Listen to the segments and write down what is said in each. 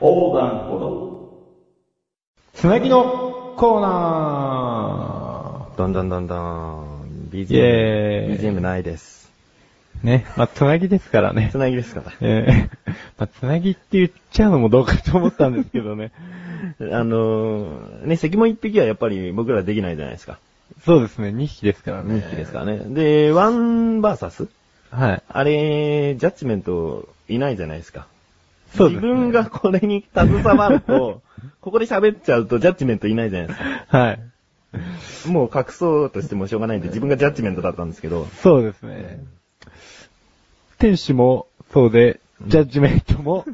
横断歩道。つなぎのコーナどんどんどんどん。イェーイ BGM。BGM ないです。ーね、まあ、つなぎですからねつ。なぎですから。えー、まあ、つなぎって言っちゃうのもどうかと思ったんですけど ね。あのー、ね、関門一匹はやっぱり僕らできないじゃないですか。そうですね、2匹ですからね。二匹ですからね。で、ワンバーサスはい。あれ、ジャッジメントいないじゃないですか。そうです自ね分がこれに携わる と、ここで喋っちゃうとジャッジメントいないじゃないですはい。か。もう隠そうとしてもしょうがないんで、自分がジャッジメントだったんですけど、そうですね。天使もそうで、ジャッジメント も、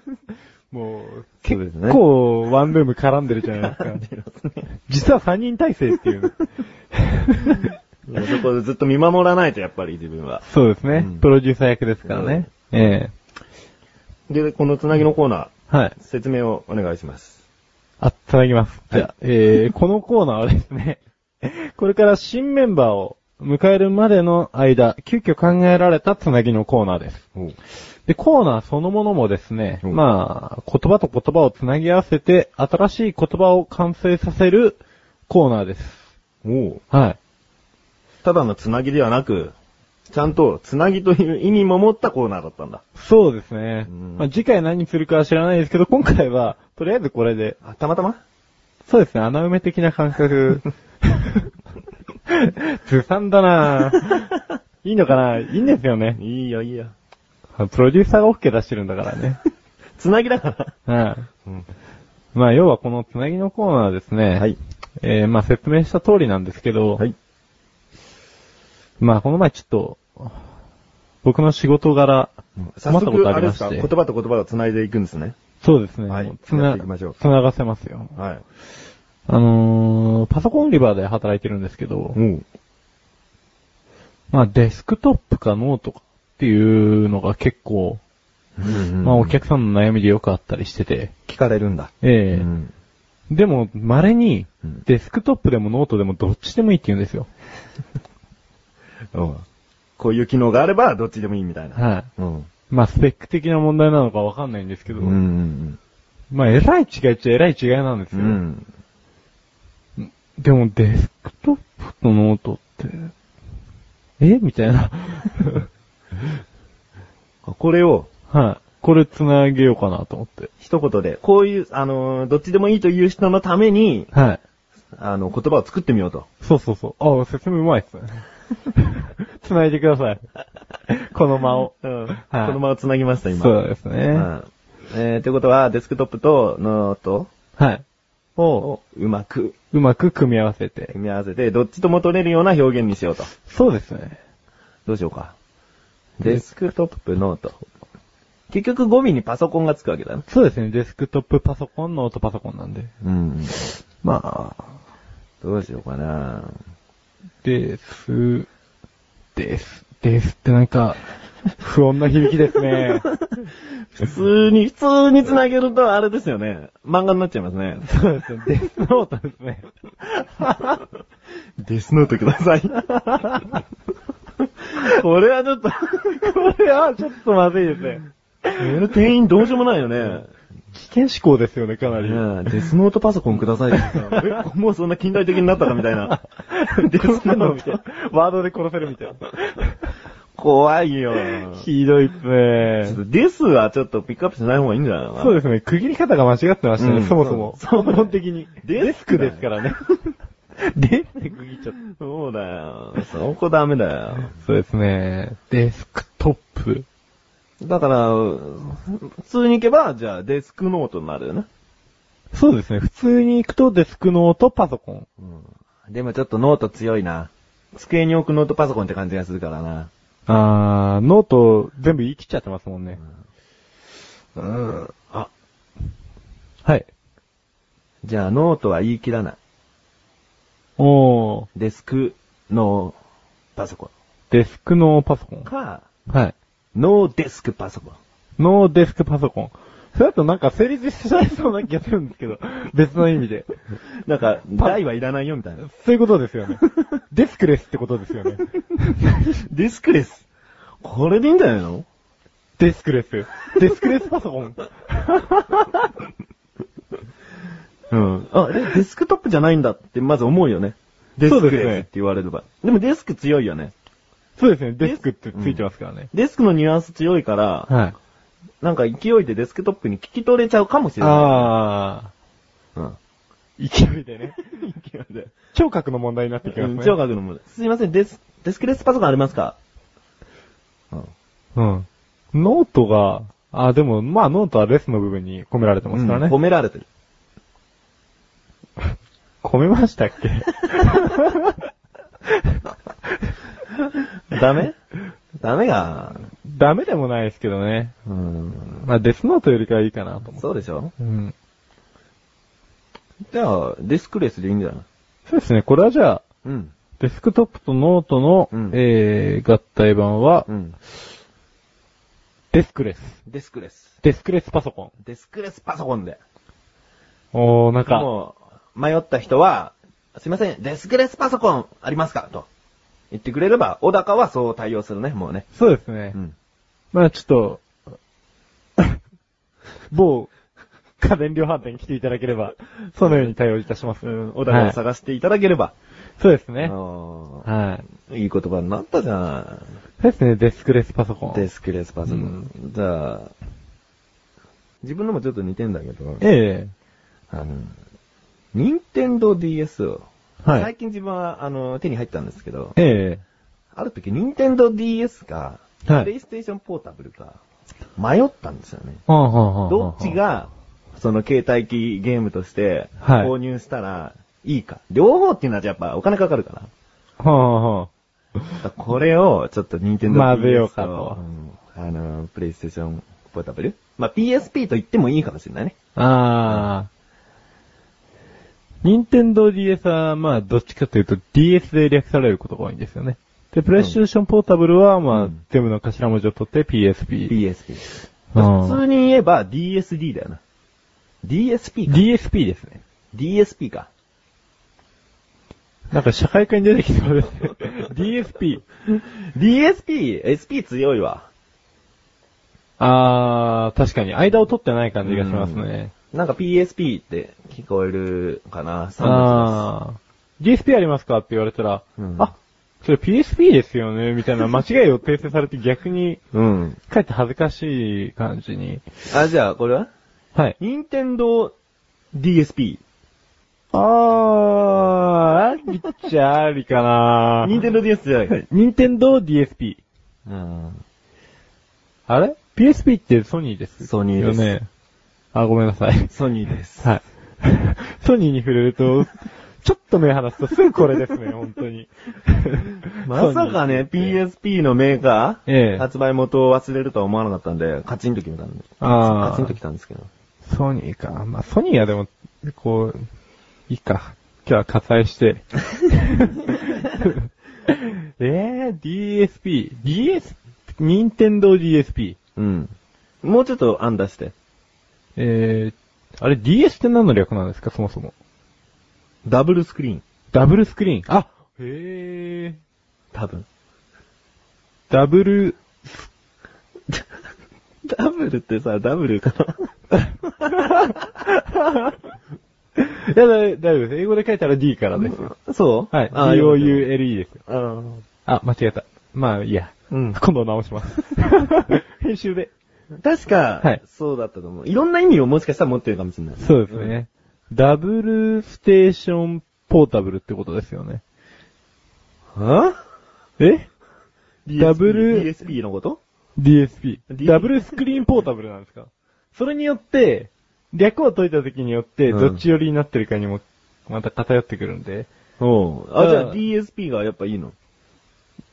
もう、そうですね結構ワンルーム絡んでるじゃないです か。実は3人体制っていう。そこでずっと見守らないとやっぱり自分は。そうですね、うんプロデューサー役ですからね。ええで、このつなぎのコーナはいー、。説明をお願いします。あ、つなぎます。じゃあ、えー、このコーナーはですね、 これから新メンバーを迎えるまでの間、急遽考えられたつなぎのコーナーです。で、コーナーそのものもですね、うんまあ、言葉と言葉をつなぎ合わせて、新しい言葉を完成させるコーナーです。おうはい。ただのつなぎではなく、ちゃんとつなぎという意味も持ったコーナーだったんだ。そうですね。うんまあ、次回何するかは知らないですけど、今回は、とりあえずこれで、あ、たまたまそうですね、穴埋め的な感 覚。ずさんだなぁいいのかないいんですよね。いいよいいよ。プロデューサーが OK 出してるんだから ね。つなぎだから。うんうんまあ、要はこのつなぎのコーナーですね。はい。えー、まあ説明した通りなんですけど、はい。まあこの前ちょっと、僕の仕事柄、困早ったこと速、あありれまですしか、て言。葉と言葉をつないでいくんですね。そうですね。はいつやっな、ていきましょうつながせますよ。はい。あのー、パソコン売り場で働いてるんですけど、うん。まあデスクトップかノートかっていうのが結構、まあお客さんの悩みでよくあったりしてて、聞かれるんだ。うええん。でも、稀にうん、デスクトップでもノートでもどっちでもいいって言うんですよ。うんこういう機能があれば、どっちでもいいみたいな。はい。うん。まあ、スペック的な問題なのかわかんないんですけど、うん。まあ、えらい違いっちゃえらい違いなんですうよ。ん。でも、デスクトップとノートって、えみたい な。これを、はい。これ繋げようかなと思って。一言で、こういう、あのー、どっちでもいいという人のために、はい。あの、言葉を作ってみようと。そうそうそう。あ説明うまいっ すね。繋いでください。この間を。こはいのまま繋ぎました、今。そうですね。うん。えー、ということは、デスクトップとノートはい。をうまくうまく組み合わせて。組み合わせて、どっちとも取れるような表現にしようと。そうですね。どうしようか。デスクトップ、ノート。結局語尾にパソコンがつくわけだね。そうですね。デスクトップパソコン、ノートパソコンなんで。うん。まあ、どうしようかなです、です、ですってなんか、不穏な響きですね。普通に、普通に繋げるとあれですよね。漫画になっちゃいますね。そうですね。デスノートですね。デスノートください。 これはちょっと、これはちょっとまずいですね。店員どうしようもないよね。危険思考ですよね、かなり。ねえデスノートパソコンくださいってさえ もうそんな近代的になったかみたいな。 デスノート。ワードで殺せるみたい 怖いよ。な。ひどいっちょっすね。とデスはちょっとピックアップしない方がいいんじゃないのかなそうですね。区切り方が間違ってましたね、うんそもそも。そう基本的に。デデススククだよですからね。デス って区切っちゃった。そうだよ。そこダメだよ。そうですね。デスクトップ。だから、普通に行けば、じゃあデスクノートになるよね。そうですね。普通に行くとデスクノートパソコン。でもちょっとノート強いな。机に置くノートパソコンって感じがするからな。あー、ノート全部言い切っちゃってますもんね。うん。あ、はい。じゃあノートは言い切らない。おー、デスクのパソコデスクノーパソコンン。。か、はい。ノーデスクパソコン。ノーデスクパソコン。それだとなんか成立しちゃいそうな気がするんですけど、別の意味 で。なんか、パ台はいらないよみたいな。そういうことですよね。デスクレスってことですよね。 デスクレス。これでいいんじゃないのデスクレス。デスクレスパソコン。 うん。あ、えデスクトップじゃないんだってまず思うよね。デスそうクですねですって言われれば。でもデスク強いよね。そうですね、デスクってついてますからね。デスクのニュアンス強いから、はい。なんか勢いでデスクトップに聞き取れちゃうかもしれなあい。うん。ー、勢いでね。勢いで。聴覚の問題になってきますね。聴。覚のもの。すいません、デス、デスクレスパソコンありますかうん。うん。ノートが、あ、でも、まあ、ノートはレスの部分に込められてますからね。うん褒められ てる。込めましたっ けダメダメが、ダメでもないですけどね。うん。まあ、デスノートよりかはいいかなと思そうでしょう。うん。じゃあ、デスクレスでいいんじゃないそうですね、これはじゃあ、うん。デスクトップとノートの、うんえー、合体版は、うん。デスクレス。デスクレス。デスクレスパソコン。デスクレスパソコンで。おー、なんか、もう、迷った人は、すいません、デスクレスパソコンありますかと。言ってくれれば、小高はそう対応するね、もうね。そうですね。うん。まあちょっと、 某家電量販店に来ていただければ、そのように対応いたします。うん、小高をはい探していただければ。そうですね。あはい。ーいい言葉になったじゃそうですね、デスクレスパソコン。ん。デスクレスパソコン。じゃあ、自分のもちょっと似てんだけど、えあの、任天堂 DS を、はい最近自分は、あの、手に入ったんですけどえ、えある時、任天堂 DS か、えはプレい。イステーションポータブルか、迷ったんですよね。はあはあはあはあどっち、が、その携帯機ゲームとして、はい購入したらいいか。両方っていうのはやっぱお金かかるから。はあはだからこれを、ちょっと任天堂混ぜようかとあの、プレイステーションポータブルまあ、PSP と言ってもいいかもしれないね。あ。ああ。任天堂 DS は、まあ、どっちかというと DS で略されることが多いんですよね。で、プレイステーションポータブルは、まあ、うん全部の頭文字を取って PSP。 PSP。うん普通に言えば DSD だよな。DSP か。 DSP ですね。 DSP か。なんか社会科に出てきそう ですね。DSP。 DSP、SP 強いわ。あー、確かに間を取ってない感じがしますね。なんか PSP って聞こえるかな。三文あー。DSP ありますかって言われたら、うんあ、それ PSP ですよねみたいな間違いを訂正されて逆に、字ですうん。かえって恥ずかしい感じに。あ、じゃあ、これははい。任天堂 DSP。あー、ありっちゃありかな任天堂 DS じゃないか。任天堂 DSP。うん。あれ ?PSP ってソニーです。ソニーですよね。あ、ごめんなさい。ソニーです。はい。 ソニーに触れると、ちょっと目離すとすぐこれですね、本当 に。まさかね、ソニー。 PSP のメーカー、ええ発売元を忘れるとは思わなかったんで、カチンと決めたんで。ああカチンと来たんですけど。ソニーか。まあ、ソニーはでも、こう、いいか。今日は割愛して。 えー、DSP。DS、任天堂 DSP。うん。もうちょっと案出して。えー、あれ DS って何の略なんですか、そもそも。ダブルスクリーン。ダブルスクリーン。あへー。多分。ダブル、 ダブルってさ、ダブルかいや、だ大丈夫です。英語で書いたら D からですよ。な そうはい。あーよかった D-O-U-L-E ですよ。うん。あ、間違えた。まあ、いいや。うん今度直し ます。編集で。確か、はいそうだったと思う。いろんな意味をもしかしたら持ってるかもしれない。そうですね。ダブルステーションポータブルってことですよね。はえ DSP ダブル DSP のこと ?DSP。 D- ダブルスクリーンポータブルなんですかそれによって、略を解いた時によって、うんどっち寄りになってるかにも、また偏ってくるんで。おううあ、んじゃあ DSP がやっぱいいの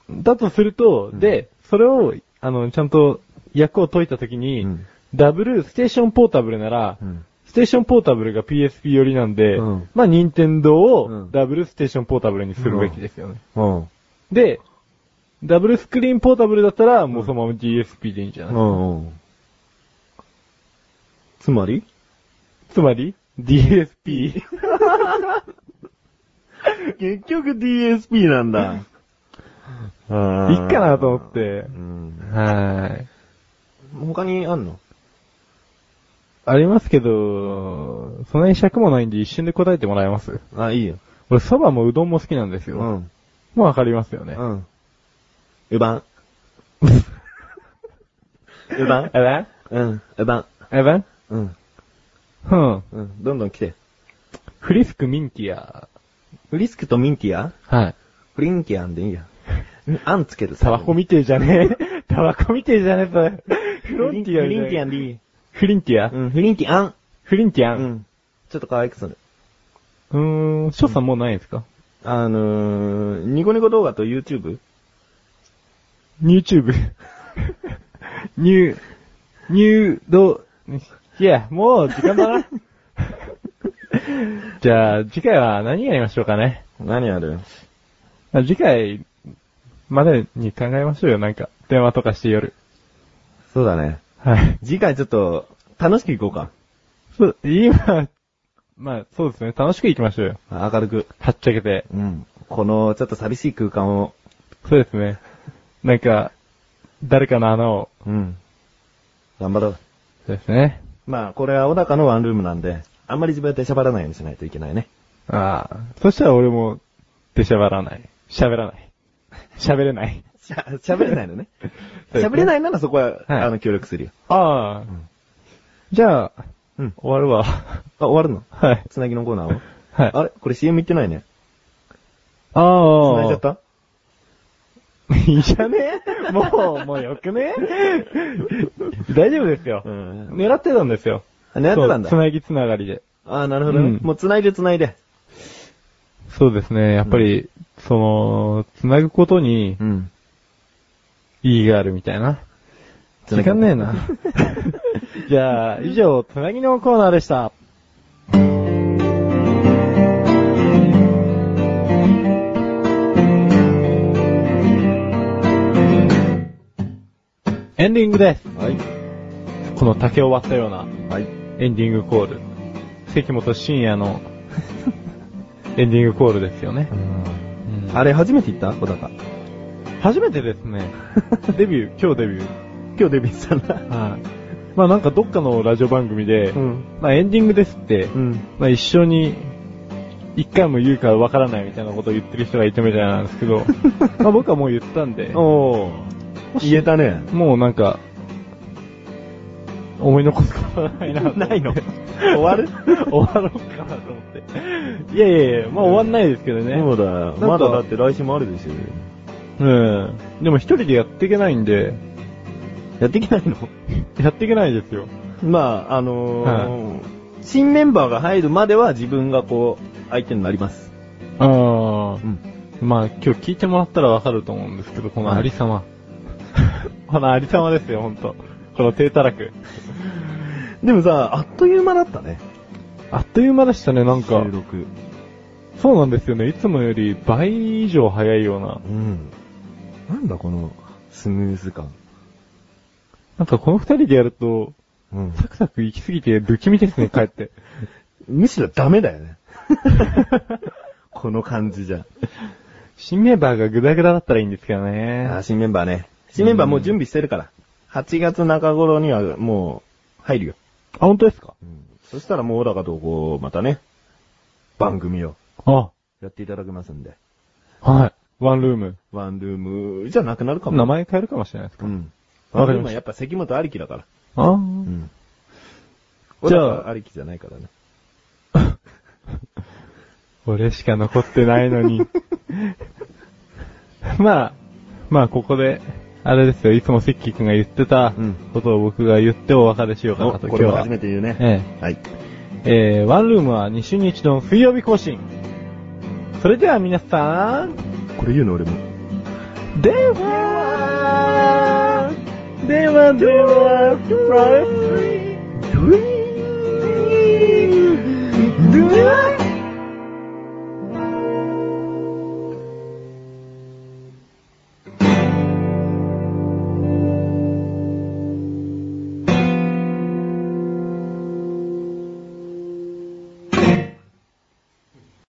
だとすると、うんで、それを、あの、ちゃんと、役を解いた時に、うんダブルステーションポータブルなら、うんステーションポータブルが PSP 寄りなんで、うんまあ、任天堂うをんダブルステーションポータブルにするべきですよね。うん。で、ダブルスクリーンポータブルだったら、もうそのまま DSP でいいんじゃない、うん。つまりつまり、DSP。 結局 DSP なんだ。 あいっかなと思ってうんはーい。他にあんのありますけど、そんなに尺もないんで一瞬で答えてもらえますあ、いいよ。俺、蕎麦もうどんも好きなんですうよ。もん。うわかりますよね。 うん。うばん。うばんえばんうん。うばん。えばんうん。うん。うん。どんどん来て。フリスクミンティア。フリスクとミンティアはい。フリンティアンでいいや。アンつけるタバコみてえじゃねえ。 タバコみてえじゃねえ、それ。フロンティアフみリたいンティアンでいい。フリンティア、うん。フリンティアン。フリンティアうン。ん。ちょっと可愛くする。うーん、翔さんもうないんですか、あのー、ニコニコ動画と YouTube? ?YouTube。ニュー、ニュード、いや、もう時間だな。じゃあ、次回は何やりましょうかね。何やるあ次回までに考えましょうよ、なんか。電話とかして夜。そうだね。はい。次回ちょっと、楽しくいこうか。そう、今、まあ、そうですね。楽しく行きましょうよ。明るく。はっちゃけて。うん。この、ちょっと寂しい空間を。そうですね。なんか、誰かの穴を。うん。頑張ろう。そうですね。まあ、これは小高のワンルームなんで、あんまり自分でしゃばらないようにしないといけないね。ああ。そしたら俺も、出しゃばらない。喋らない。喋れない。しゃ、喋れない のね。そうですね喋れないならそこは、はいあの、協力するよ。ああ。んじゃあ、うん。終わるわ。 あ、終わるのはい。つなぎのコーナーを。はい。あれこれ CM 行ってないね。あつあ。ないじゃったいいじゃね もう、もうよく ね大丈夫ですよ。ん。狙ってたんですよ。あ狙ってたんだつ。なぎつながりで。あーなるほどうね。んもう繋いで繋いで。そうですね。やっぱり、その、つなぐことにうん。意義があるみたいな。つ時なぎ間ねえな。 じゃあ、以上、つなぎのコーナーでした。エンディングです。はい。この竹を割ったようなはい。エンディングコール。関本深夜 のエンディングコールですよね。あれ、初めて行った小高。初めてですね。デビュー、今日デビュ今日デビューしたんだ。ー。はい。まあなんかどっかのラジオ番組で、ん。まあエンディングですって、うん。まあ一緒に一回も言うかわからないみたいなことを言ってる人がいたみたいなんですけど、まあ僕はもう言ったんで、おー。言えたね。もうなんか、思い残すことはないなと思って。な いの終わ る終わろうかなと思って。いやいやいや、まあ終わんないですけどね。そうだよ。まだだって来週もあるでしょ。うん。でも一人でやっていけないんで、やっていけないのやっていけないですよ。まあ、あのー新メンバーが入るまでは自分がこう、相手になります。あうん。あ。まあ今日聞いてもらったらわかると思うんですけど、このありさま。 このありさまですよ、ほんと。この低たらく。でもさ、あっという間だったね。あっという間でしたね、なんか収。録。そうなんですよね。いつもより倍以上早いような。うん。なんだこの、スムーズ感。なんかこの二人でやると、うんサクサク行きすぎて不気味ですね、帰って。 むしろダメだよね。 この感じじゃ。新メンバーがグダグダだったらいいんですけどね。あー新メンバーね。新メンバーもう準備してるから。8月中頃にはもう、入るよ。あ、本当ですかそしたらもう小高とこう、またね、番組をあ、やっていただけますんで。はい。ワンルーム。ワンルームじゃなくなるかも。名前変えるかもしれないですうか。ん。ワわンかりルーましたムはやっぱ関本ありきだから。ああ。ん。じじゃゃああ、ありきじゃないからね。俺しか残ってないのに。まあ、まあここで、あれですよ、いつも関君が言ってたうんことを僕が言ってお別れしようかなと、おこ今れ日もは初。めて言うね。えはい。ええーワンルームは2週に一度の水曜日更新。それでは皆さん、これ言うの俺も。では、ではでは、フライフリー。